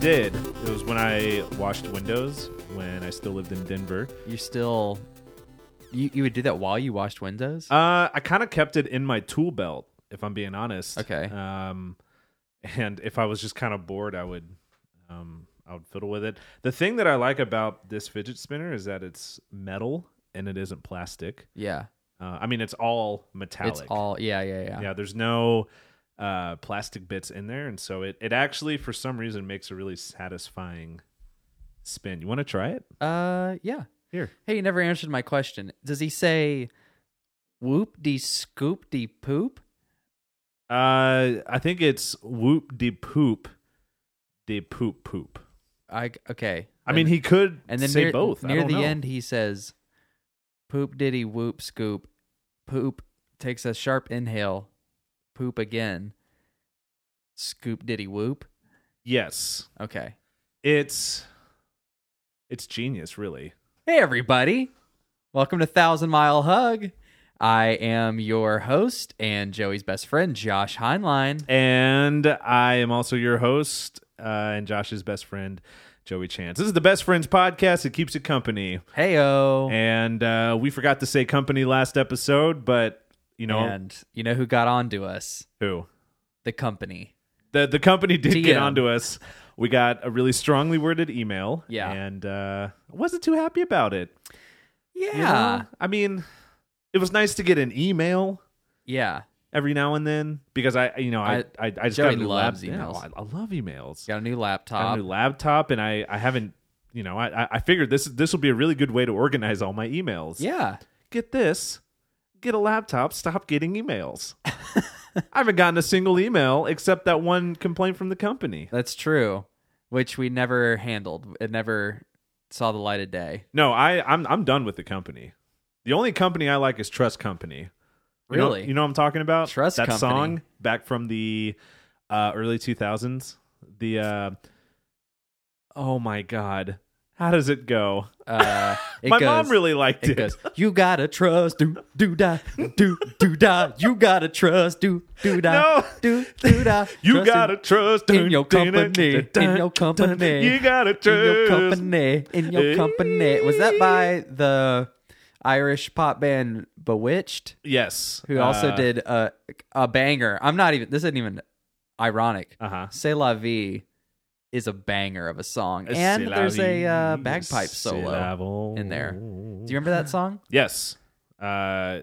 did. It was when I washed windows when I still lived in Denver. You still, you you would do that while you washed windows. Uh, I kind of kept it in my tool belt, if I'm being honest. Okay. Um, and if I was just kind of bored, I would, um, I would fiddle with it. The thing that I like about this fidget spinner is that it's metal and it isn't plastic. yeah, Uh, I mean, it's all metallic. it's all yeah, yeah, yeah, yeah. There's no uh plastic bits in there, and so it it actually for some reason makes a really satisfying spin. You want to try it? Uh, yeah. Here. Hey, you never answered my question. Does he say whoop de scoop de poop? Uh, I think it's whoop de poop, de poop poop. I okay. I mean, he could and then say near, both. I near don't the know. end he says poop diddy whoop scoop poop takes a sharp inhale poop again scoop diddy whoop yes, okay it's it's genius, really. hey everybody welcome to thousand mile hug i am your host and joey's best friend josh heinlein And I am also your host uh, and Josh's best friend, Joey Chance. This is the Best Friends podcast. It keeps you company. hey oh And uh, we forgot to say company last episode, but you know and you know who got on to us who the company the the company did get TM. onto us. We got a really strongly worded email. Yeah. and uh, wasn't too happy about it. yeah you know? I mean, it was nice to get an email yeah every now and then because I, you know, I I- I, I, just Joey got a new loves lap- emails. Yeah, I, I love emails. got a new Got laptop a new laptop, and I I haven't. You know, I I- I figured this this will be a really good way to organize all my emails. yeah get this, get a laptop, stop getting emails. I haven't gotten a single email except that one complaint from the company. That's true, which we never handled. It never saw the light of day. No, I I'm I'm done with the company. The only company I like is Trust Company. You know- Really? You know, what I'm talking about? Trust that Company. song back from the uh, early 2000s. The uh, oh my god, how does it go? Uh, it my goes, mom really liked it. It goes. You gotta trust. Do do da. Do do da. You gotta trust. Do do da. No. Do do da. You Trust in- gotta trust in your dun, dun, company. dun, dun, In your dun. company. You gotta in your trust. company. In your company. Was that Eh. by the Irish pop band Bewitched, Yes. who also Uh, did a a banger? I'm not even. This isn't even ironic. Uh-huh. C'est la vie is a banger of a song. C'est And la there's a vie, uh, bagpipe c'est solo. la vie. in there. Do you remember that song? Yes. Uh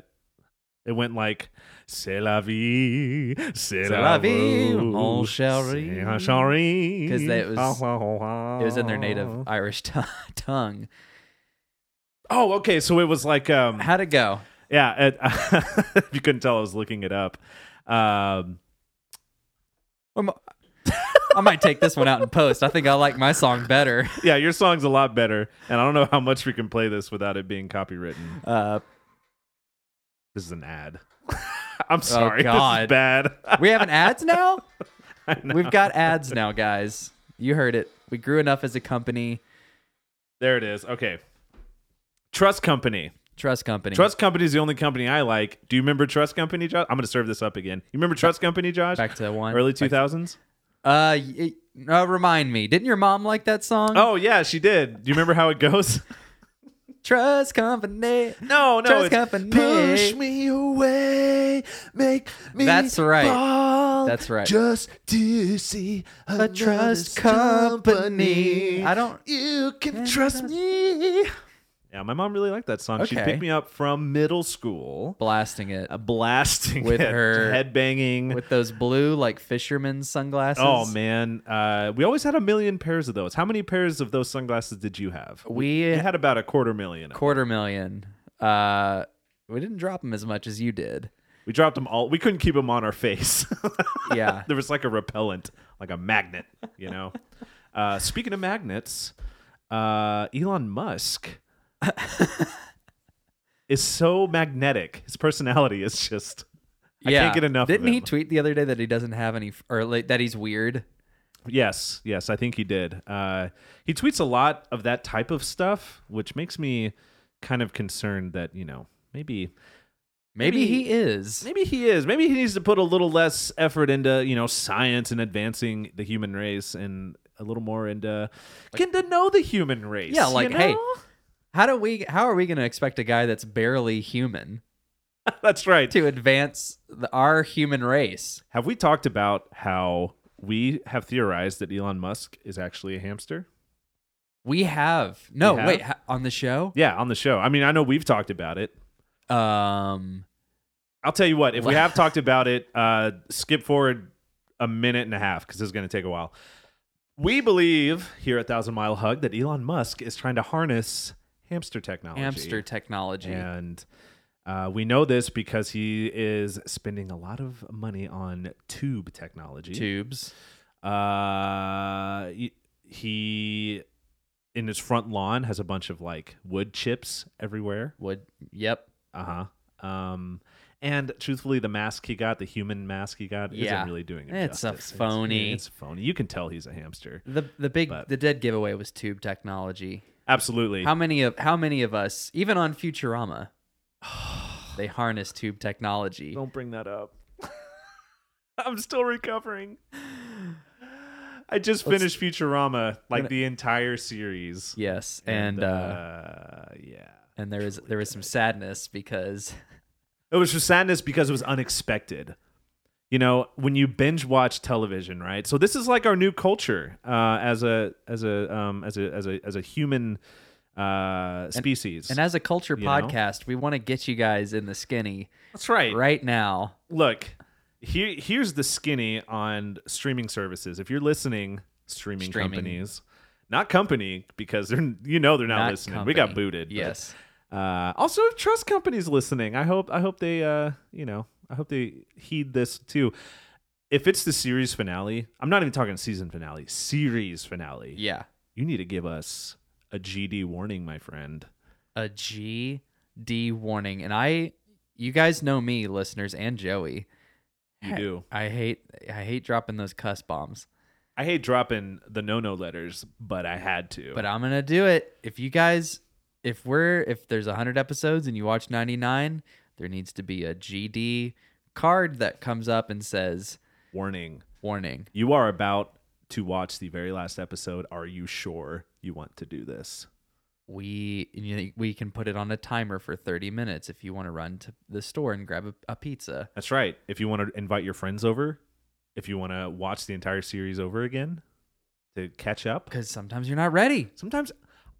it went like C'est la vie, c'est, C'est la vie, on shall c'est- on read." shall read. 'Cause that was- Ah, ah, ah, It was in their ah. native Irish t- tongue. Oh, okay. So it was like, um, How'd it go? yeah. It, if you couldn't tell, I was looking it up. Um, I'm- I might take this one out in post. I think I like my song better. yeah, your song's a lot better, and I don't know how much we can play this without it being copywritten. Uh, This is an ad. I'm sorry. This is Oh, God. bad. we having ads now? I know. We've got ads now, guys. You heard it. We grew enough as a company. There it is. Okay. Trust Company. Trust company. Trust Company is the only company I like. Do you remember Trust Company, Josh? I'm going to serve this up again. You remember Trust Company, Josh? Back to one. Early Back- 2000s? Uh, y- uh, remind me. Didn't your mom like that song? Oh, yeah, she did. Do you remember how it goes? Trust company. No, no. Trust it's, Company. Push me away. Make me That's right. fall That's right. Just to see A trust company. I don't- You can trust me. Yeah, my mom really liked that song. She Okay. picked me up from middle school. Blasting it. uh, blasting With it, her- headbanging. with those blue like fisherman sunglasses. oh man, uh, we always had a million pairs of those. How many pairs of those sunglasses did you have? we You had about a quarter million. of them. quarter million. Uh, we didn't drop them as much as you did. We dropped them all. We couldn't keep them on our face. Yeah. there was like a repellent, like a magnet. You know. uh, speaking of magnets, uh, Elon Musk is so magnetic. His personality is just. I yeah, can't get enough. of Didn't he him. tweet the other day that he doesn't have any, or like, that he's weird? Yes, yes, I think he did. Uh, he tweets a lot of that type of stuff, which makes me kind of concerned that you know maybe Maybe, Maybe- he is. maybe he is. Maybe he needs to put a little less effort into you know science and advancing the human race and a little more into getting to know the human race. Yeah, you like, hey. know? How do we? How are we going to expect a guy that's barely human that's right. to advance the, our human race? Have we talked about how we have theorized that Elon Musk is actually a hamster? We have no We have? wait ha- on the show. Yeah, on the show. I mean, I know we've talked about it. Um, I'll tell you what, if we have talked about it, uh, skip forward a minute and a half because this is going to take a while. We believe here at Thousand Mile Hug that Elon Musk is trying to harness hamster technology. hamster technology. And uh, we know this because he is spending a lot of money on tube technology. tubes. Uh, y- he in his front lawn has a bunch of like wood chips everywhere. Would yep. Uh huh. Um, and truthfully, the mask he got, the human mask he got, Yeah. isn't really doing it. It's a justice. phony. It's, it's phony. You can tell he's a hamster. The the big But- the dead giveaway was tube technology. Absolutely. How many of how many of us, even on Futurama, they harness tube technology? Don't bring that up. I'm still recovering. I just Let's- finished Futurama, like Gonna- the entire series. Yes, and, uh, uh, yeah. and there is there was some sadness because It was for sadness because it was unexpected. You know, when you binge watch television, right? So this is like our new culture uh, as a as a um, as a as a as a human uh, species. and as a culture You know? podcast, we want to get you guys in the skinny that's right. right now. Look, here here's the skinny on streaming services. If you're listening, streaming, Streaming. companies, not company because they're you know they're not, Not listening. We got company. booted. but- Yes. Uh, also, if trust companies listening, I hope I hope they uh, you know I hope they heed this too. If it's the series finale, I'm not even talking season finale, series finale. Yeah. You need to give us a GD warning, my friend. A G D warning. And I you guys know me, listeners and Joey. You do. I hate I hate dropping those cuss bombs. I hate dropping the no no letters, but I had to. But I'm gonna do it. If you guys, if we're if there's hundred episodes and you watch 99, there needs to be a GD card that comes up and says warning, warning. you are about to watch the very last episode. Are you sure you want to do this? We and you- we can put it on a timer for 30 minutes if you want to run to the store and grab a, a pizza. That's right. If you want to invite your friends over, if you want to watch the entire series over again to catch up. Because sometimes you're not ready. Sometimes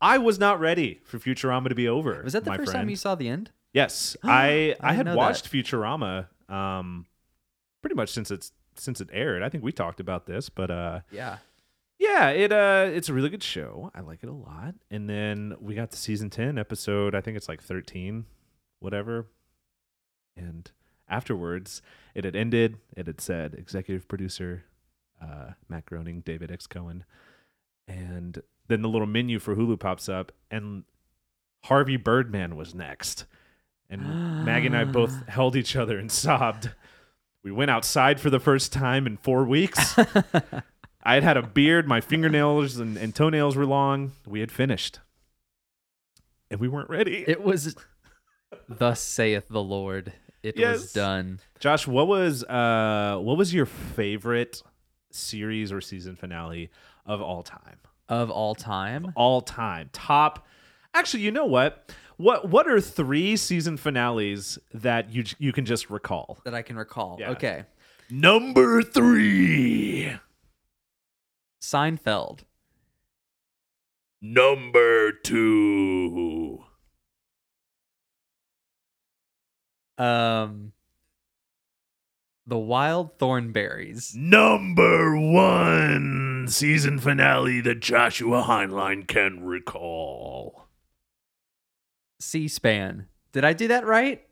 I was not ready for Futurama to be over. Was that the my first friend. time you saw the end? Yes, I I I, had didn't know watched Futurama um pretty much since it's since it aired. I think we talked about this, but uh Yeah. yeah, it uh it's a really good show. I like it a lot. And then we got to season 10 episode, I think it's like 13, whatever. And afterwards, it had ended. It had said executive producer uh Matt Groening, David X Cohen. And then the little menu for Hulu pops up and Harvey Birdman was next. And Maggie and I both held each other and sobbed. We went outside for the first time in 4 weeks. I had had a beard. My fingernails and, and toenails were long. We had finished. And we weren't ready. It was Thus saith the Lord. It was Yes. done. Josh, what was uh what was your favorite series or season finale of all time? Of all time. All time. Top Actually, you know what? What what are three season finales that you j- you can just recall? That I can recall. Yeah. Okay. Number 3. Seinfeld. Number 2. Um, the Wild Thornberries. Number one season finale that Joshua Heinlein can recall. C-SPAN. Did I do that right?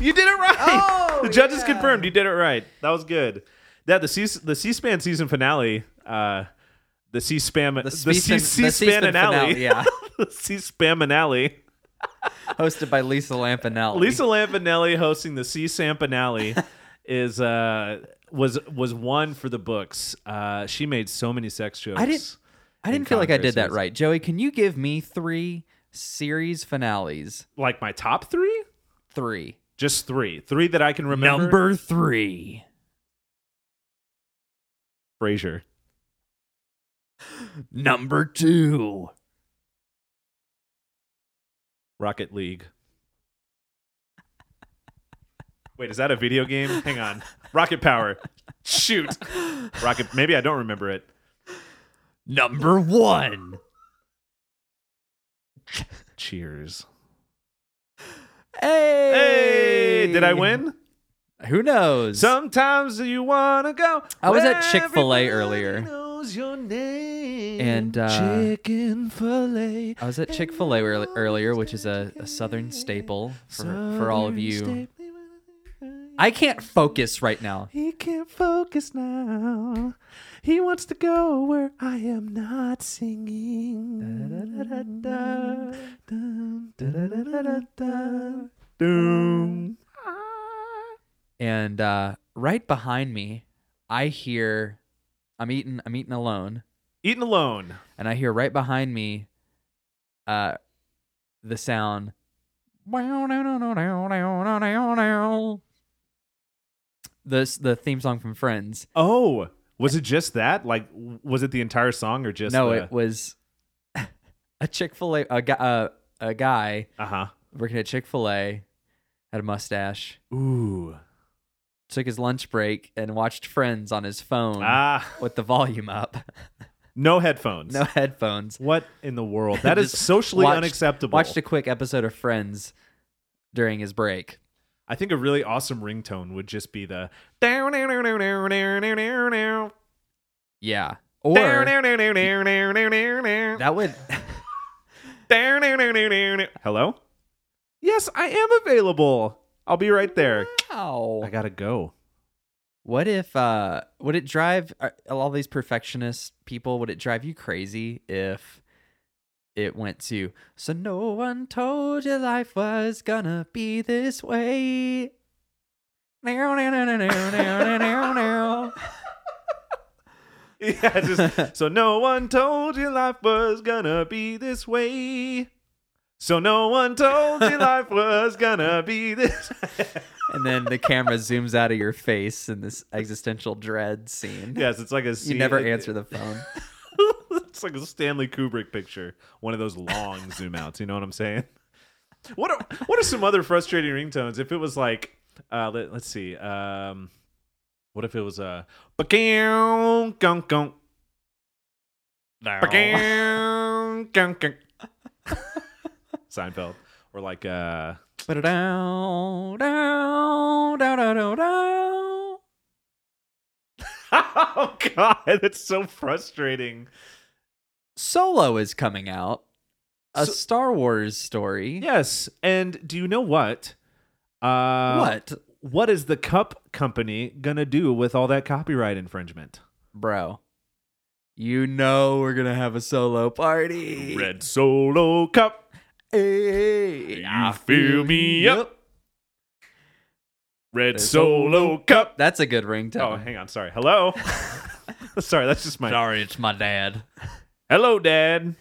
You did it right. Oh, the judges yeah. confirmed you did it right. That was good. Yeah, the C the C span season finale. Uh, the C span the C C-SPAN C span finale. yeah, the C span finale. hosted by Lisa Lampanelli. Lisa Lampanelli hosting the C Sam finale is uh was was one for the books. Uh, she made so many sex jokes. I didn't- I didn't and feel like I did that Congresses. right. Joey, can you give me three series finales? like my top three. Three. Just three. Three that I can remember. three. Frasier. Number two. Rocket League. Wait, is that a video game? Hang on. Rocket Power. Shoot. Rocket. Maybe I don't remember it. Number one. Cheers. Hey. Hey, did I win? Who knows? Sometimes you wanna go. I was at where Chick-fil-A everybody earlier. knows your name. And, uh, Chicken Filet I was at Chick Fil A earlier, which is a, a southern staple for for all of you. I can't focus right now. He can't focus now. He wants to go where I am not singing. Da-da-da-da-da. Dun, da-da-da-da-da. Doom. And uh, right behind me, I hear I'm eating I'm eating alone, Eating alone. and I hear right behind me, uh, the sound. This the theme song from Friends. Oh, was it just that? Like, w- was it the entire song or just uh, no, The, it was a Chick Fil A a, gu- uh, a guy uh huh. working at Chick Fil A had a mustache. Ooh. took his lunch break and watched Friends on his phone Ah, with the volume up, no headphones. no headphones. What in the world? That is Just socially watched- unacceptable. Watched a quick episode of Friends during his break. I think a really awesome ringtone would just be the. Yeah, or that would Hello? Yes, I am available. I'll be right there. I wow. gotta go. What if uh would it drive are- all these perfectionist people? Would it drive you crazy if it went to so no one told you life was gonna be this way? Now, now, now, now, now, now, now, now. Yeah, just so no one told you life was gonna be this way. So no one told you life was gonna be this. and then the camera zooms out of your face in this existential dread scene. yes, it's like a. you scene- never it- answer the phone. it's like a Stanley Kubrick picture, one of those long zoom outs. You know what I'm saying? What are, what are some other frustrating ringtones? If it was like, uh, let, us see, um, what if it was a gunk gunk Seinfeld or like uh, Ba-da-dow, dow, dow, dow, dow, dow. oh god, that's so frustrating. Solo is coming out. A So- Star Wars story. Yes, and do you know what? Uh, What? what is the cup company gonna do with all that copyright infringement? Bro. You know we're gonna have a solo party. Red Solo Cup. Hey, You I fill me up. Red Solo Cup. That's a good Oh, ringtone. hang on. Sorry. Hello. sorry, that's just my. Sorry, it's my dad. Hello, Dad.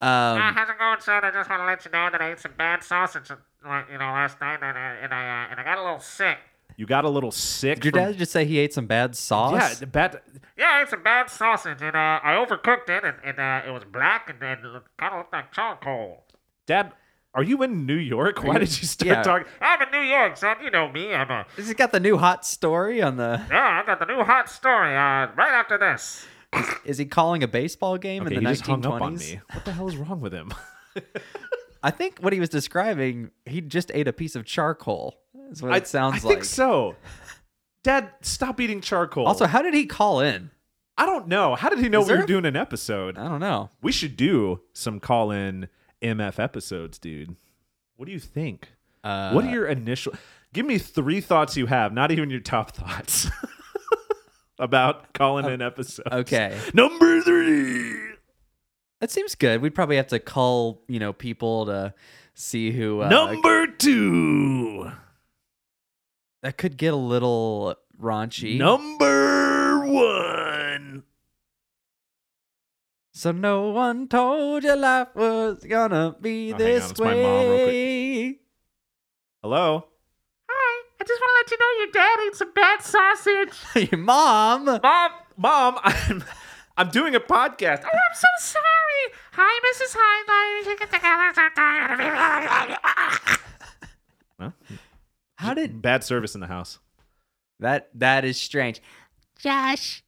Uh, Ah, Um, how's it going, son? I just want to let you know that I ate some bad sausage, like, you know, last night, and I and I, uh, and I got a little sick. You got a little sick. did your from- dad just say he ate some bad sauce? Yeah, bat. Yeah, I ate some bad sausage, and uh, I overcooked it, and, and uh, it was black, and, and it kind of looked like charcoal. Dad, are you in New York? Why you- did you start yeah. talking? I'm in New York, son. You know me. I'm a This has got the new hot story on the. yeah. I got the new hot story uh, right after this. Is he calling a baseball game Okay, in he the just 1920s? hung up on me. What the hell is wrong with him? I think what he was describing, he just ate a piece of charcoal. Is what I- it sounds I like. think so. Dad, stop eating charcoal. Also, how did he call in? I don't know. How did he know Is we there Uh. were a- doing an episode? I don't know. We should do some call in MF episodes, dude. What do you think? Uh, what are your initial? Give me three thoughts you have, not even your top thoughts about calling in uh, episodes. okay? Number three. That seems good. We'd probably have to call you know people to see who. Uh, Number two. that could get a little raunchy. Number one. So no one told you life was gonna be Oh, hang on, this it's my way. mom, real quick. Hello. Hi, I just want to let you know your dad ate some bad sausage. Your mom. Mom, Mom, I'm I'm doing a podcast. Oh, I'm so sorry. Hi, Mrs. Heinlein. You get together sometime. Huh? How did Bad service in the house. that? That is strange. Josh.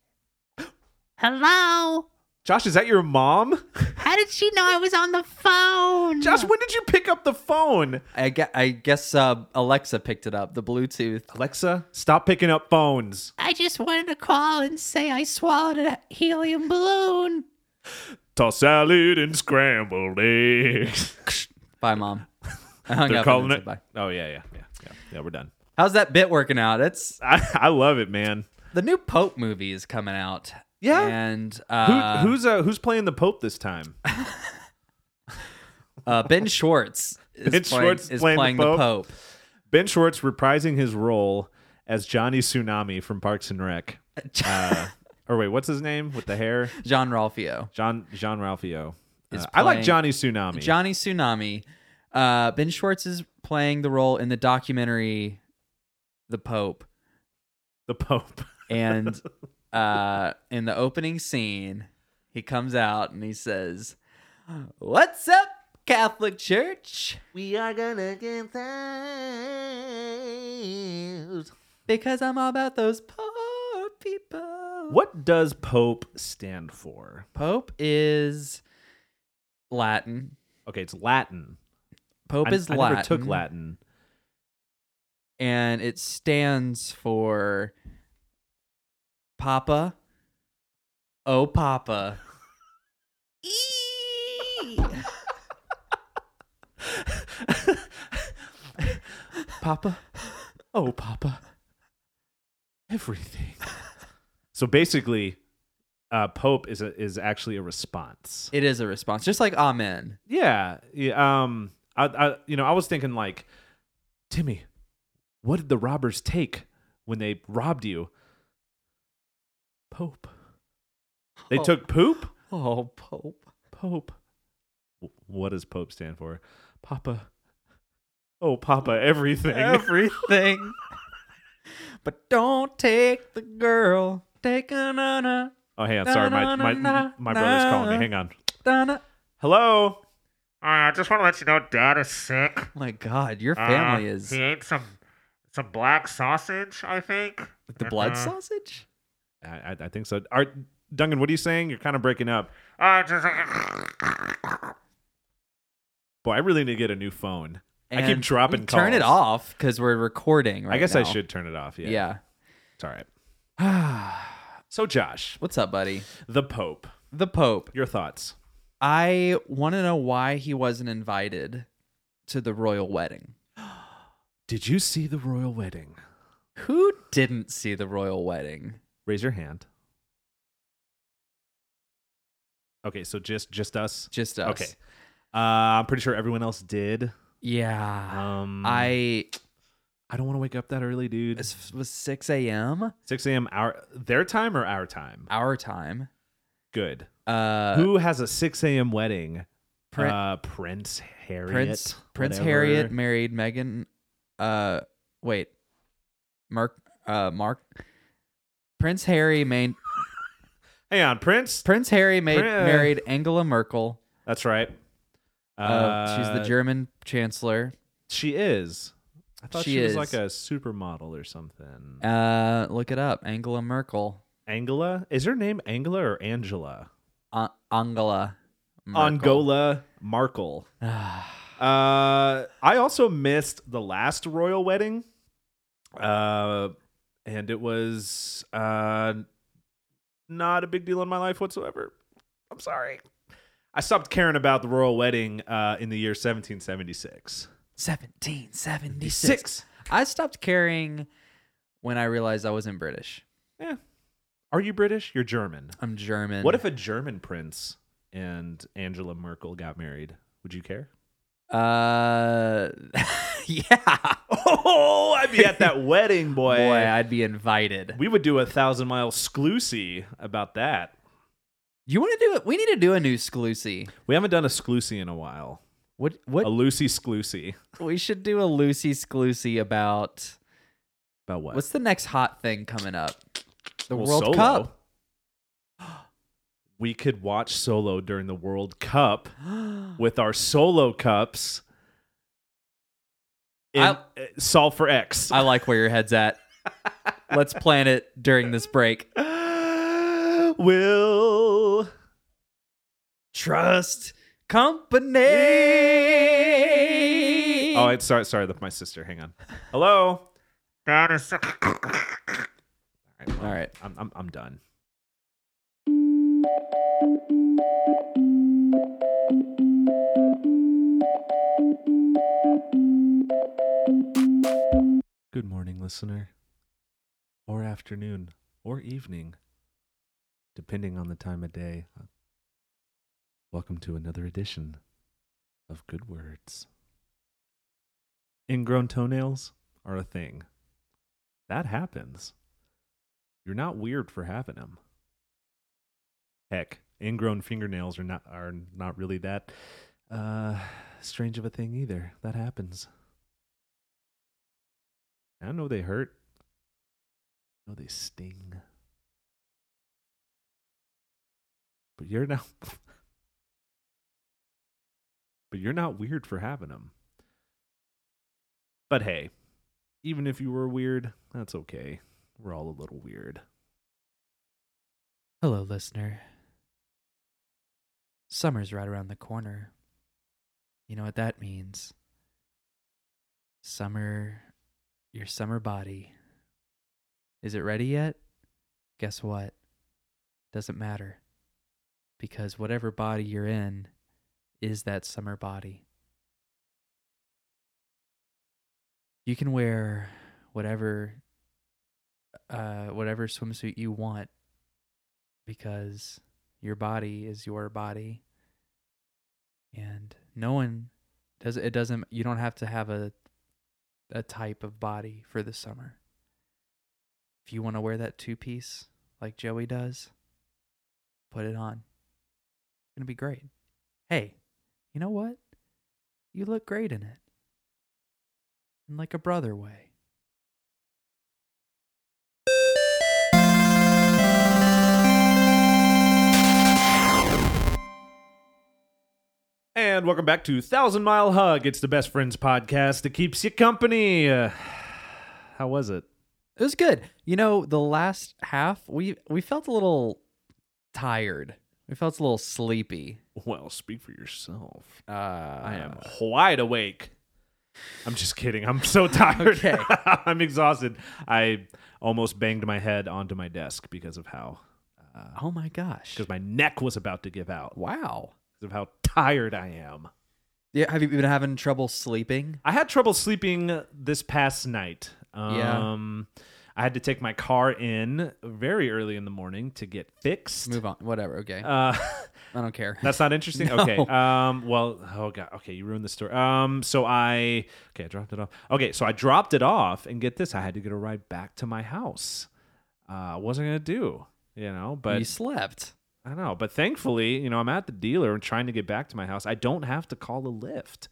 Hello? Josh, is that your mom? How did she know I was on the phone? Josh, when did you pick up the phone? I guess, I guess uh, Alexa picked it up. The Bluetooth. Alexa, stop picking up phones. I just wanted to call and say I swallowed a helium balloon. Toss salad and scrambled eggs. Bye, mom. I hung They're up calling and it. said bye. Oh yeah, yeah, yeah, yeah, yeah. We're done. How's that bit working out? It's I, I love it, man. the new Pope movie is coming out. Yeah. and Who, uh, who's uh, who's playing the Pope this time? uh, Ben Schwartz is Ben playing, Schwartz is playing the playing the Pope? Pope. Ben Schwartz reprising his role as Johnny Tsunami from Parks and Rec. Uh, or wait, what's his name with the hair? John Ralphio. John John Ralphio. Uh, Is I like playing- Johnny Tsunami. Johnny Tsunami. Uh, ben Schwartz is playing the role in the documentary The Pope. the Pope. And uh, in the opening scene, he comes out and he says, What's up, Catholic Church? We are gonna get saved. Because I'm all about those poor people. What does Pope stand for? Pope is Latin. Okay, it's Latin. Pope I, is I Latin. never took Latin. And it stands for Papa. Oh, Papa. E. Papa. Oh, Papa. Everything. so basically, uh, Pope is a, is actually a response. It is a response, just like Amen. Yeah. yeah um. I, I. You know. I was thinking like, Timmy, what did the robbers take when they robbed you? Pope. They Oh. took poop. Oh, Pope. Pope. W- What does Pope stand for? Papa. Oh, Papa, everything. Everything. but don't take the girl. Take a nana. oh, hang on. Sorry, my my, Na-na-na-na-na. my brother's calling me. Hang on. Donna. Hello. I just want to let you know, Dad is sick. Oh my God, your Uh, family is He ate some some black sausage, I think. the blood Uh, uh-huh. sausage? I, I, I think so. Are Duncan? What are you saying? You're kind of breaking up. Uh, just Boy, I really need to get a new phone. I keep And dropping you Turn it calls. off because we're recording right I guess I now. should turn it off. Yeah. Yeah. It's all right. So, Josh, What's up, buddy? the Pope. The Pope. Your thoughts? I want to know why he wasn't invited to the royal wedding. Did you see the royal wedding? Who didn't see the royal wedding? Raise your hand. Okay, so just just us. Just us. Okay. Uh, I'm pretty sure everyone else did. Yeah. Um, I I don't want to wake up that early, dude. this was 6 a.m. 6 a.m. our their time or our time? our time. Good. Uh, Who has a 6 a.m. wedding? Prin- uh, Prince Harriet. Prince Prince whatever. Harriet married Meghan. Uh, wait, Mark. Uh, Mark. Prince Harry main, Hang on, Prince. Prince Harry made, Prin- married Angela Merkel. That's right. Uh, she's the German chancellor. She is. I thought she, She was is. like a supermodel or something. Uh, look it up. Angela Merkel. Angela? Is her name Angela or Angela? Uh, Angela. Merkel. Angola Markle. Uh, I also missed the last royal wedding. Uh, and it was uh, not a big deal in my life whatsoever. I'm sorry. I stopped caring about the royal wedding uh, in the year 1776. 1776. I stopped caring when I realized I wasn't British. Yeah. Are you British? You're German. I'm German. What if a German prince and Angela Merkel got married? Would you care? Uh, yeah. Oh, I'd be at that wedding, boy. Boy, I'd be invited. we would do a thousand mile sclusy about that. You want to do it? We need to do a new Sclusy. We haven't done a sclusy in a while. What? A What? Lucy sclusy. we should do a Lucy Sclusy about About what? what's the next hot thing coming up? The Well, World solo. Cup. we could watch Solo during the World Cup with our Solo cups. And uh, solve for X. I like where your head's at. Let's plan it during this break. Will Trust company. Oh, it's sorry, sorry, that's my sister. Hang on. Hello. That is. All right. well, All right. I'm, I'm, I'm done. Good morning, listener. Or afternoon, or evening, depending on the time of day. Uh, Welcome to another edition of Good Words. Ingrown toenails are a thing. That happens. You're not weird for having them. Heck, ingrown fingernails are not are not really that uh strange of a thing either. That happens. I know they hurt. I know they sting. But you're not But you're not weird for having them. But hey, even if you were weird, that's okay we're all a little weird. Hello, listener. Summer's right around the corner. You know what that means. Summer, your summer body. Is it ready yet? Guess what? Doesn't matter. Because whatever body you're in is that summer body. You can wear whatever uh, whatever swimsuit you want because your body is your body and no one does it doesn't you don't have to have a a type of body for the summer if you want to wear that two piece like joey does put it on it's gonna be great hey you know what you look great in it in like a brother way And welcome back to Thousand Mile Hug. It's the best friends podcast that keeps you company. Uh, how was it? It was good. You know, the last half we we felt a little tired. We felt a little sleepy. Well, speak for yourself. Uh, I am wide awake. I'm just kidding. I'm so tired. Okay. I'm exhausted. I almost banged my head onto my desk because of how uh, Oh my gosh! because my neck was about to give out Wow. because of how tired I am. Yeah. Have you been having trouble sleeping? I had trouble sleeping this past night. Um, I had to take my car in very early in the morning to get fixed. Move on. Whatever. Okay. Uh, I don't care. that's not interesting. No. Okay. Um, well, oh god. Okay, you ruined the story. Um, so I okay, I dropped it off. Okay, so I dropped it off, and get this, I had to get a ride back to my house. Uh, wasn't gonna do, you know, but you slept. I know, but thankfully, you know, I'm at the dealer and trying to get back to my house. I don't have to call a lift.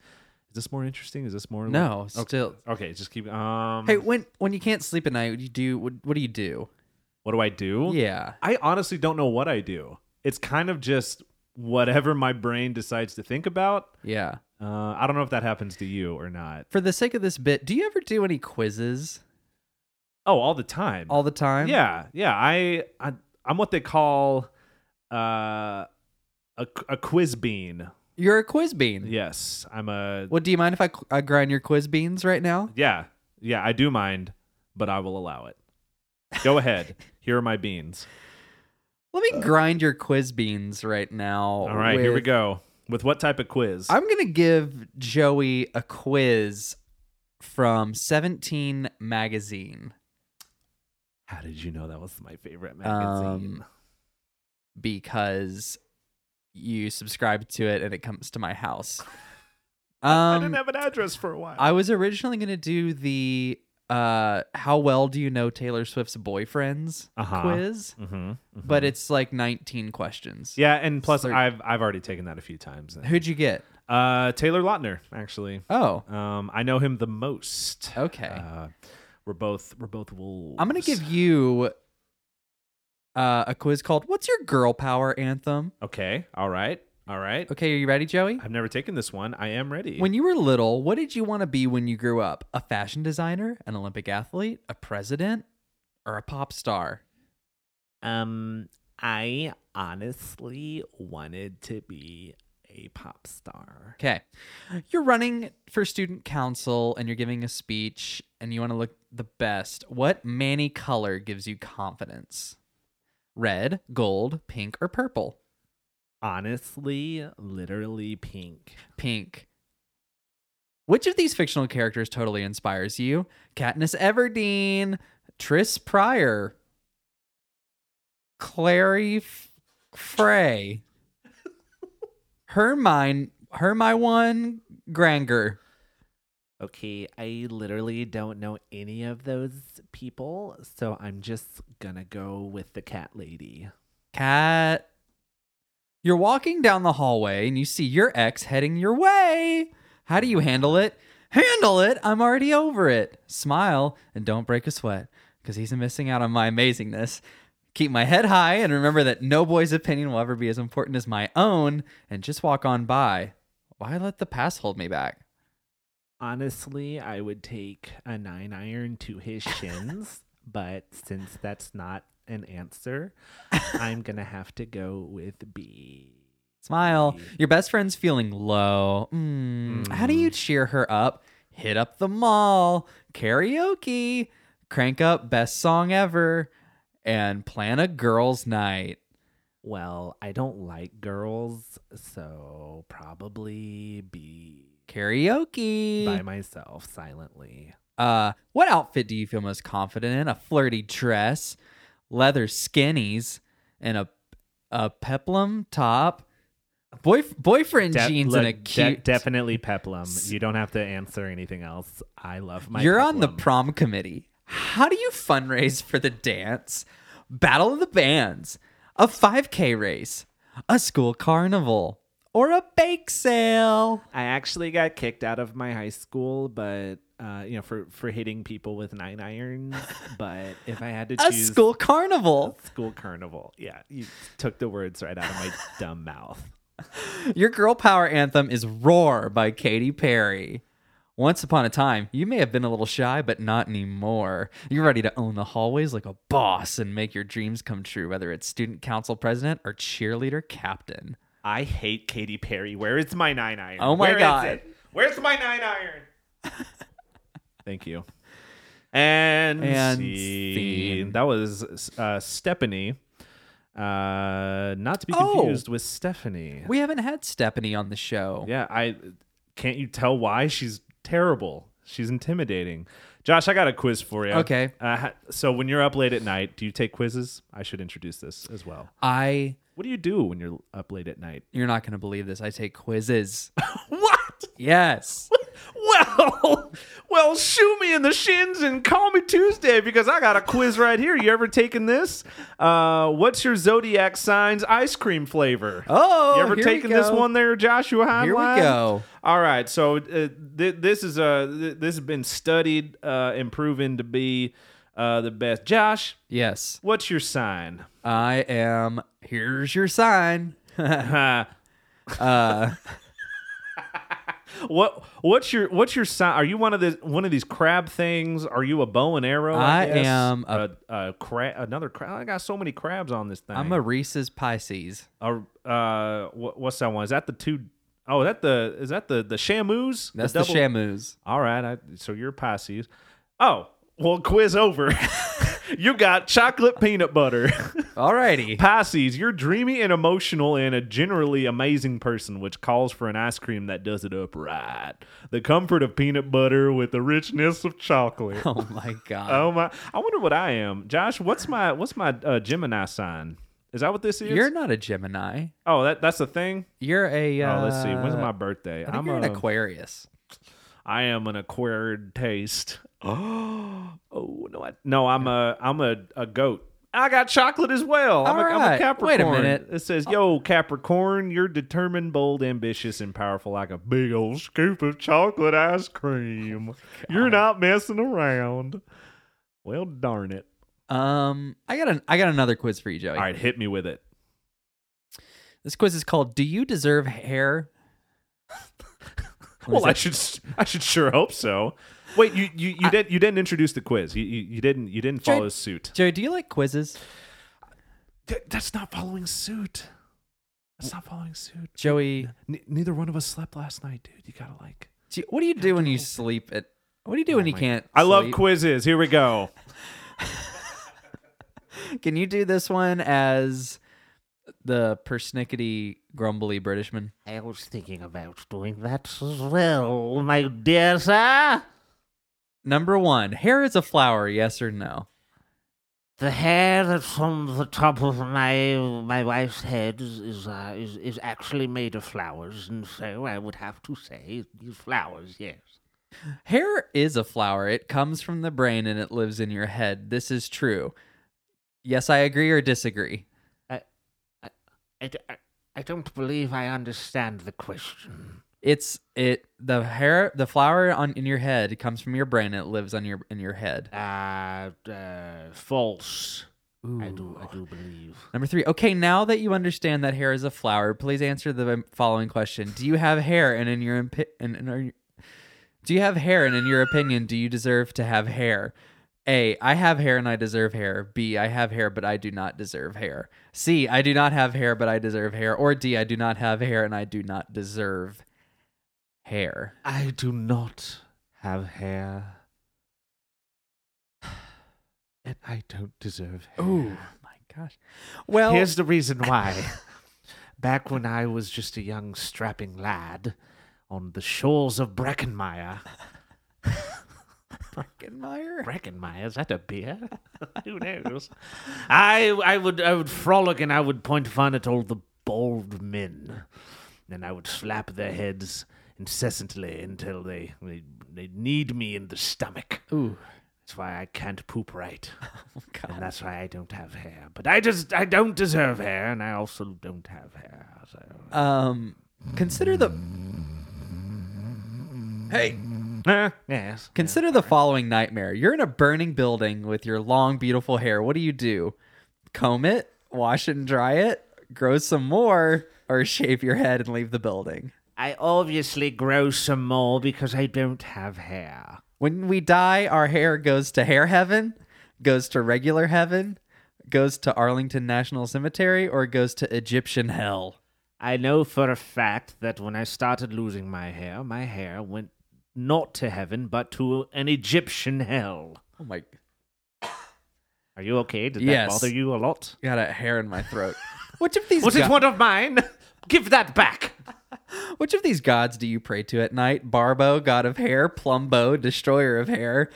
Is this more interesting? Is this more? like- No, Okay, still- Okay, just keep. Um, Hey, when when you can't sleep at night, what do you do? What, what do you do? what do I do? Yeah. I honestly don't know what I do. It's kind of just whatever my brain decides to think about. Yeah. Uh, I don't know if that happens to you or not. For the sake of this bit, do you ever do any quizzes Oh, all the time. all the time? yeah, yeah. I, I I'm what they call uh, a a quiz bean. You're a quiz bean. Yes, I'm a Well, do you mind if I, I grind your quiz beans right now? Yeah. Yeah, I do mind, but I will allow it. Go ahead. Here are my beans. Let me grind your quiz beans right now. All right, here we with- go. With what type of quiz? I'm going to give Joey a quiz from 17 Magazine How did you know that was my favorite magazine? Um, because you subscribed to it and it comes to my house. I Um, didn't I, have an address for a while. was originally going to do the uh, How Well Do You Know Taylor Swift's Boyfriends Uh-huh. quiz, Mhm, mhm. but it's like 19 questions. yeah, and plus Sorry. I've I've already taken that a few times. now. Who'd you get? Uh, Taylor Lautner, actually. Oh, Um, I know him the most. okay. Uh, we're both we're both wolves. I'm gonna give you uh, a quiz called "What's Your Girl Power Anthem." Okay. All right. All right. Okay, are you ready, Joey? I've never taken this one. I am ready. When you were little, what did you want to be when you grew up? A fashion designer, an Olympic athlete, a president, or a pop star? um, I honestly wanted to be a pop star. Okay. You're running for student council and you're giving a speech and you want to look the best. What manny color gives you confidence? Red, gold, pink, or purple? Honestly, literally pink. Pink. Which of these fictional characters totally inspires you? Katniss Everdeen, Triss Pryor, Clary F- Frey, Hermine, Hermione Granger. Okay, I literally don't know any of those people, so I'm just gonna go with the cat lady. Cat. You're walking down the hallway and you see your ex heading your way. How do you handle it? Handle it. I'm already over it. Smile and don't break a sweat because he's missing out on my amazingness. Keep my head high and remember that no boy's opinion will ever be as important as my own and just walk on by. Why let the past hold me back? Honestly, I would take a nine iron to his shins, but since that's not an answer, I'm gonna have to go with B. Smile. Your best friend's feeling low. Mm, How do you cheer her up? Hit up the mall, karaoke, crank up best song ever, and plan a girls' night. Well, I don't like girls, so probably B Karaoke. by myself silently. Uh, what outfit do you feel most confident in? A flirty dress, leather skinnies, and a a peplum top. Boy, boyfriend De- jeans and a look, de- cute. definitely peplum. You don't have to answer anything else. I love my. You're on the peplum. prom committee. How do you fundraise for the dance? Battle of the bands, a 5K race, a school carnival, or a bake sale? I actually got kicked out of my high school, but uh, you know, for for hitting people with nine irons. but if I had to A choose school carnival. school carnival, yeah, you took the words right out of my dumb mouth. Your girl power anthem is Roar by Katy Perry. Once upon a time, you may have been a little shy, but not anymore. You're ready to own the hallways like a boss and make your dreams come true, whether it's student council president or cheerleader captain. I hate Katy Perry. Where is my nine iron? Oh my Where is God. it? Where's my nine iron? Thank you. And, And scene. scene. that was uh, Stephanie, uh, not to be Oh. confused with Stephanie. We haven't had Stephanie on the show. Yeah, I can't you tell why she's terrible. She's intimidating. Josh, I got a quiz for you. Okay. Uh, ha- so when you're up late at night, do you take quizzes? I should introduce this as well. I What do you do when you're up late at night? you're not going to believe this. I take quizzes. What? yes. Well, well, shoot me in the shins and call me Tuesday because I got a quiz right here. You ever taken this? Uh, what's your zodiac sign's ice cream flavor? Oh, you ever here we taken this go. one there, Joshua Heinlein? Here we go. All right, so uh, th- this is uh, th- this has been studied uh, and proven to be uh, the best. Josh, Yes. what's your sign? I am here's your sign. Uh, Uh what what's your what's your sign? Are you one of the one of these crab things? Are you a bow and arrow? I, I guess? am a, a- a, crab. Another crab. I got so many crabs on this thing. I'm a Reese's Pisces. a uh, wha- what's that one? Is that the two oh is that the is that the the shamus? That's the, double- Shamus. All right, I, so you're Pisces. Oh, well, quiz over. you got chocolate peanut butter. Alrighty. Pisces, you're dreamy and emotional and a generally amazing person, which calls for an ice cream that does it up right. The comfort of peanut butter with the richness of chocolate. Oh my god. oh my! I wonder what I am, Josh. What's my what's my uh, Gemini sign? Is that what this is? You're not a Gemini. oh, that that's the thing. You're a uh, oh, let's see. When's my birthday? I think I'm um, you're an a- Aquarius. I am an acquired taste. Oh, no, I, no, I'm a I'm a, a goat. I got chocolate as well. I'm, a, All am a right. Capricorn. Wait a minute. It says, "Yo, Capricorn, you're determined, bold, ambitious, and powerful, like a big old scoop of chocolate Oh ice cream. you're not messing around." Well, darn it. Um, I got an I got another quiz for you, Joey. All right, hit me with it. This quiz is called "Do You Deserve Hair?" Well, I should s- I should sure hope so. Wait, you you, you did you didn't introduce the quiz. You you, you didn't you didn't Jay- follow suit. Joey, do you like quizzes? Th- That's not following suit. That's not following suit. Joey, Ne- neither one of us slept last night, dude. You gotta like. do you- what do you do when you sleep? At what do you do oh when you can't? Oh I love sleep? quizzes. Here we go. Can you do this one as the persnickety, grumbly Britishman? I was thinking about doing that as well, my dear sir. Number one, hair is a flower. Yes or no? The hair that's on the top of my my wife's head is is, uh, is is actually made of flowers, and so I would have to say these flowers. Yes. Hair is a flower. It comes from the brain and it lives in your head. This is true. Yes, I agree or disagree. I, d- I, I don't believe I understand the question. It's it the hair the flower on in your head comes from your brain and it lives on your in your head. Uh, uh false. I do. I do believe. Number 3. Okay, now that you understand that hair is a flower, please answer the following question. Do you have hair and in your impi- and, and are you, Do you have hair and in your opinion do you deserve to have hair? A. I have hair and I deserve hair. B. I have hair but I do not deserve hair. C. I do not have hair but I deserve hair. Or D. I do not have hair and I do not deserve hair. I do not have hair, and I don't deserve hair. Oh my gosh. Well, Here's the reason why. Back when I was just a young strapping lad on the shores of Breckenmeyer. Frankenmeyer. Breckenmeyer, is that a beer? Who knows? I I would I would frolic and I would point fun at all the bald men. And I would slap their heads incessantly until they they, they need me in the stomach. Ooh. That's why I can't poop right. Oh, And God. that's why I don't have hair. But I just I don't deserve hair and I also don't have hair. So Um, consider the. Hey, Eh, yes. consider the following nightmare. You're in a burning building with your long, beautiful hair. What do you do? Comb it, wash it and dry it, grow some more, or shave your head and leave the building. I obviously grow some more because I don't have hair. When we die, our hair goes to hair heaven, goes to regular heaven, goes to Arlington National Cemetery, or goes to Egyptian hell. I know for a fact that when I started losing my hair, my hair went not to heaven but to an Egyptian hell. Oh my Are you okay? Did Yes. that bother you a lot? got a hair in my throat. Which of these Was go- it one of mine? Give that back. Which of these gods do you pray to at night? Barbo, god of hair, Plumbo, destroyer of hair,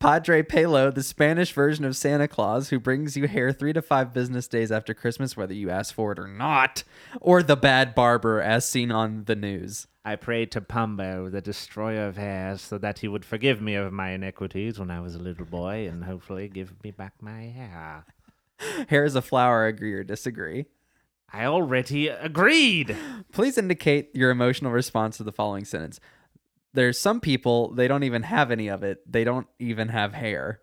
Padre Pelo, the Spanish version of Santa Claus, who brings you hair three to five business days after Christmas, whether you ask for it or not, or the bad barber as seen on the news. I prayed to Pumbo, the destroyer of hairs, so that he would forgive me of my iniquities when I was a little boy and hopefully give me back my hair. Hair is a flower, agree or disagree. I already agreed. Please indicate your emotional response to the following sentence. There's some people, they don't even have any of it. They don't even have hair.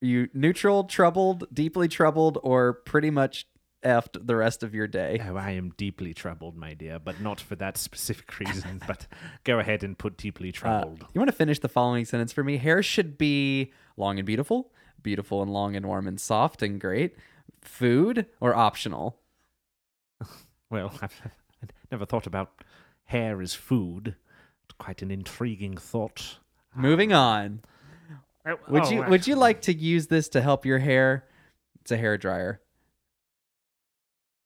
Are you neutral, troubled, deeply troubled, or pretty much effed the rest of your day? Oh, I am deeply troubled, my dear, but not for that specific reason. but go ahead and put deeply Uh, troubled. you want to finish the following sentence for me? Hair should be long and beautiful, beautiful and long and warm and soft and great, food, or optional. well, I've I'd never thought about hair as food. It's quite an intriguing thought. Moving on. Uh, Would oh, you uh, would you like to use this to help your hair? It's a hair dryer.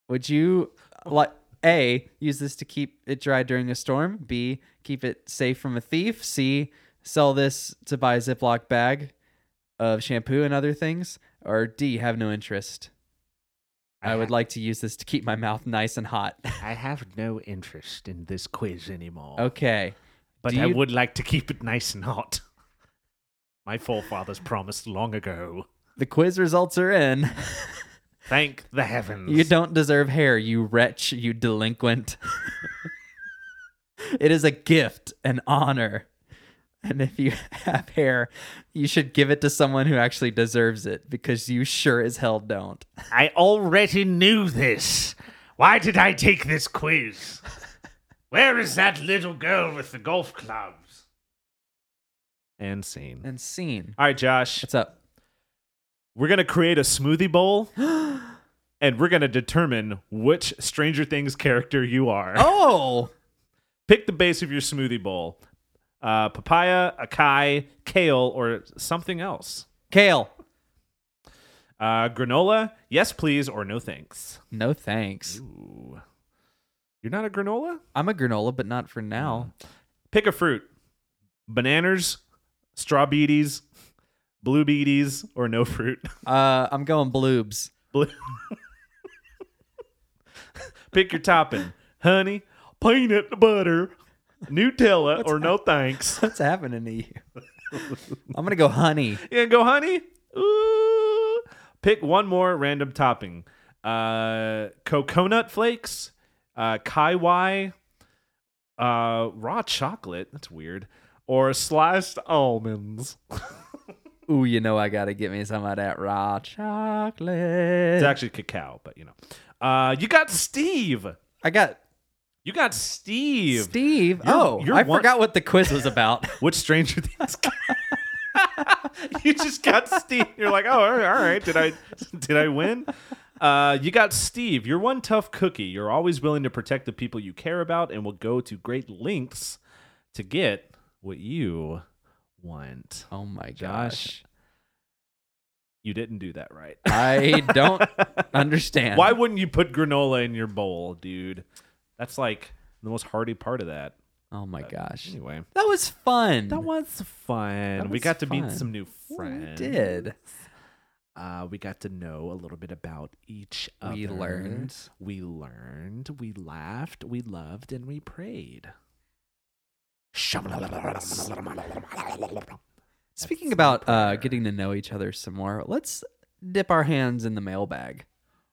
Would you like A use this to keep it dry during a storm? B keep it safe from a thief? C sell this to buy a Ziploc bag of shampoo and other things? Or D have no interest? I would like to use this to keep my mouth nice and hot. I have no interest in this quiz anymore. okay. but do I you- would like to keep it nice and hot. My forefathers promised long ago. The quiz results are in. Thank the heavens. You don't deserve hair, you wretch, you delinquent. it is a gift, an honor. And if you have hair, you should give it to someone who actually deserves it because you sure as hell don't. I already knew this. Why did I take this quiz? Where is that little girl with the golf clubs? and scene. And scene. All right, Josh, What's up? we're gonna create a smoothie bowl, and we're gonna determine which Stranger Things character you are. Oh, Pick the base of your smoothie bowl: uh, papaya, acai, kale, or something else. Kale. Uh, granola, yes please, or no thanks. No thanks. Ooh. You're not a granola? I'm a granola, but not for now. Pick a fruit: bananas, straw beaties, blue beaties, or no fruit. Uh, I'm going bloobs. Blue. Pick your topping: honey, peanut butter, Nutella, or no thanks. What's happening to you? I'm gonna go honey. And go, honey. Ooh. Pick one more random topping: uh, coconut flakes, uh, kaiwai, uh, raw chocolate. That's weird. Or sliced almonds. Ooh, you know I gotta get me some of that raw chocolate. It's actually cacao, but you know. Uh, you got Steve. I got You got Steve. Steve. You're- oh, you're I one- forgot what the quiz was about. Which Stranger Things? you just got Steve. You're like, oh, all right, all right. Did I did I win? Uh, you got Steve. You're one tough cookie. You're always willing to protect the people you care about, and will go to great lengths to get what you want. oh my gosh. Josh, you didn't do that right. I don't understand. Why wouldn't you put granola in your bowl, dude? That's like the most hearty part of that. Oh my gosh. Anyway. That was fun. That was fun. That we was got to meet fun. some new we friends. did. Uh, we got to know a little bit about each other. We learned. We learned. We laughed. We loved, and we prayed. Speaking about uh, getting to know each other some more, let's dip our hands in the mailbag.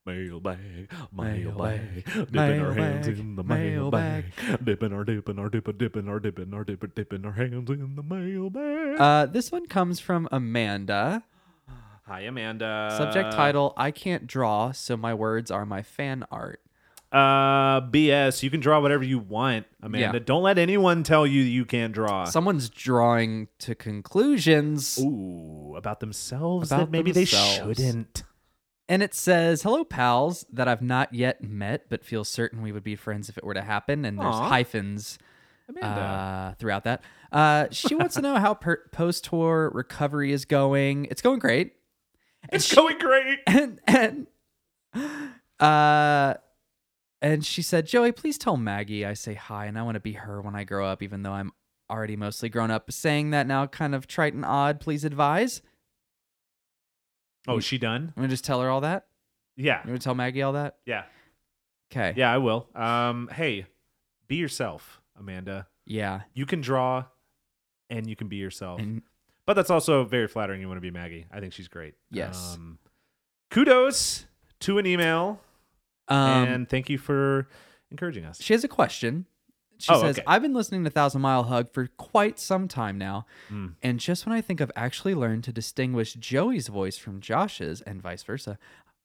Mailbag, Mailbag, mailbag, dipping our hands mailbag, in the mailbag, dipping our dipping our dipping dipping our dipping our dipping dipping our hands in the mailbag. Uh, this one comes from Amanda. Hi, Amanda. Subject title I can't draw, so my words are my fan art. Uh, BS. You can draw whatever you want, Amanda. Yeah. Don't let anyone tell you you can't draw. Someone's drawing to conclusions. Uh. Ooh, about themselves About that maybe themselves. they shouldn't. And it says, Hello, pals that I've not yet met, but feel certain we would be friends if it were to happen. And there's Aw. hyphens Amanda. uh, throughout that. Uh, she wants to know how per- post tour recovery is going. It's going great. it's going great. And, and, uh, and she said, Joey, please tell Maggie I say hi and I want to be her when I grow up, even though I'm already mostly grown up. Saying that now kind of trite and odd. Please advise. Oh, is she done? I'm going to just tell her all that. Yeah. I'm going to tell Maggie all that. Yeah. Okay. Yeah, I will. Um, hey, be yourself, Amanda. Yeah. You can draw and you can be yourself. And but that's also very flattering. You want to be Maggie. I think she's great. Yes. Um, kudos to an email Um, and thank you for encouraging us. she has a question. She Oh, says, okay. I've been listening to Thousand Mile Hug for quite some time now. Mm. And just when I think I've actually learned to distinguish Joey's voice from Josh's and vice versa,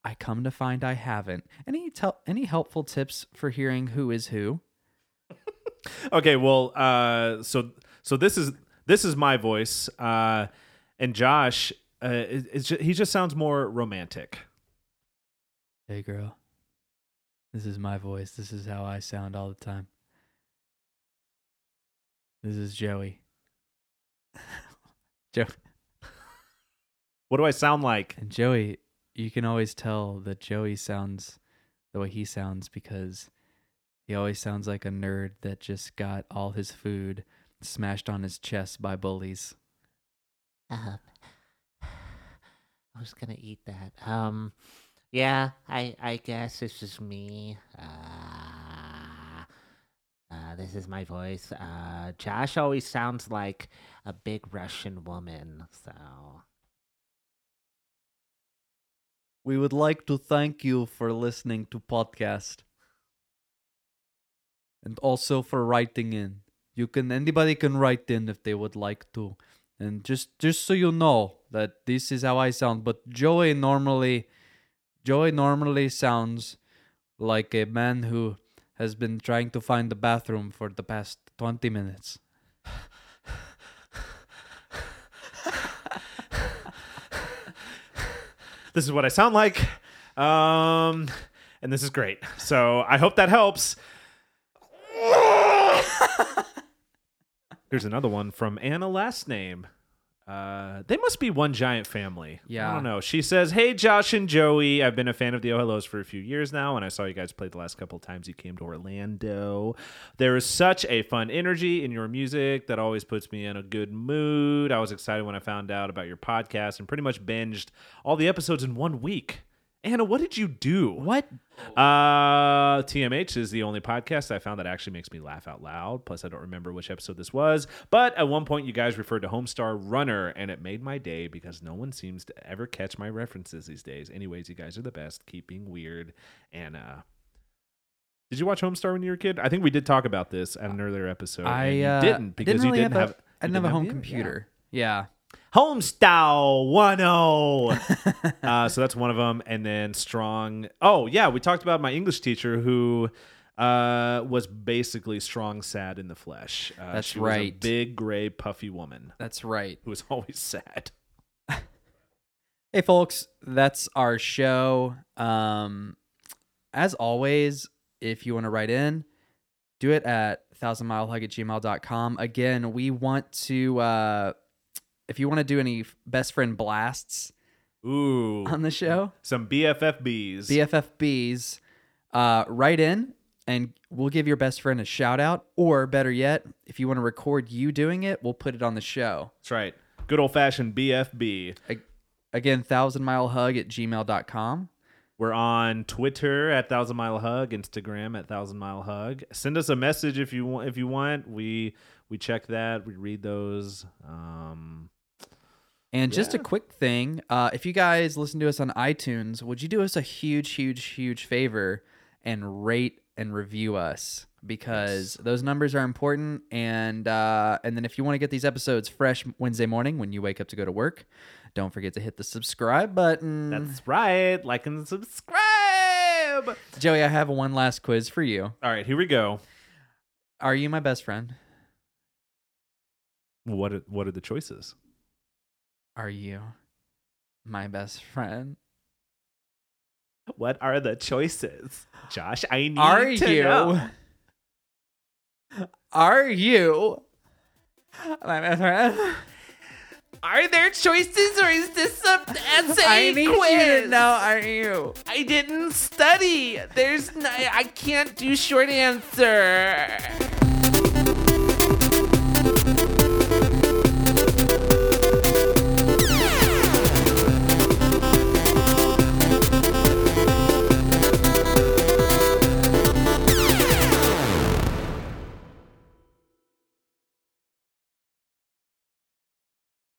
I come to find I haven't. Any tell any helpful tips for hearing who is who? okay well uh so so this is this is my voice uh and josh uh it, it's ju- he just sounds more romantic Hey girl. This is my voice. This is how I sound all the time. This is Joey. Joe what do i sound like And Joey, you can always tell that Joey sounds the way he sounds because he always sounds like a nerd that just got all his food smashed on his chest by bullies. Um, I was gonna eat that. Um, yeah, I I guess this is me. Uh, uh, this is my voice. Uh, Josh always sounds like a big Russian woman. So We would like to thank you for listening to podcast and also for writing in. You can anybody can write in if they would like to. And just just so you know that this is how I sound, but Joey normally Joey normally sounds like a man who has been trying to find the bathroom for the past 20 minutes. this is what I sound like. Um, and this is great. So I hope that helps. Here's another one from Anna last name. Uh, they must be one giant family. Yeah. I don't know. She says, Hey, Josh and Joey, I've been a fan of the Oh Hellos for a few years now, and I saw you guys play the last couple of times you came to Orlando. There is such a fun energy in your music that always puts me in a good mood. I was excited when I found out about your podcast and pretty much binged all the episodes in one week. Anna, what did you do? What? Uh, TMH is the only podcast I found that actually makes me laugh out loud. Plus, I don't remember which episode this was, but at one point you guys referred to Homestar Runner, and it made my day because no one seems to ever catch my references these days. Anyways, you guys are the best. Keep being weird. And uh, did you watch Homestar when you were a kid? I think we did talk about this at an earlier episode. I and you uh, didn't because really you didn't have. a, I you didn't have a home the internet. Yeah. computer. Yeah. Homestyle 10. uh, so that's one of them. And then Strong. Oh, yeah. We talked about my English teacher who uh, was basically strong, sad in the flesh. Uh, That's she was a right. big, gray, puffy woman That's right. who was always sad. Hey, folks, that's our show. Um, as always, if you want to write in, do it at thousandmilehug at gmail.com. Again, we want to, uh, if you want to do any f- best friend blasts Ooh. on the show, Some BFFBs. BFFBs, uh, write in and we'll give your best friend a shout out. Or better yet, if you want to record you doing it, we'll put it on the show. that's right. Good old fashioned BFB. A- Again, thousandmilehug at gmail.com. We're on Twitter at Thousand Mile Hug, Instagram at Thousand Mile Hug. Send us a message if you want. If you want, we we check that. We read those. Um, And just a quick thing, uh, if you guys listen to us on iTunes, would you do us a huge, huge, huge favor and rate and review us because those numbers are important. And uh, and then if you want to get these episodes fresh Wednesday morning when you wake up to go to work, don't forget to hit the subscribe button. That's right. Like and subscribe. All Joey. I have one last quiz for you. right, here we go. Are you my best friend? What are, what are the choices? Are you my best friend? What are the choices, Josh? I need Are to you? know. Are you? My best friend. Are there choices or is this a essay I need you to quiz? know. Are you? I didn't study. There's n- I can't do short answer.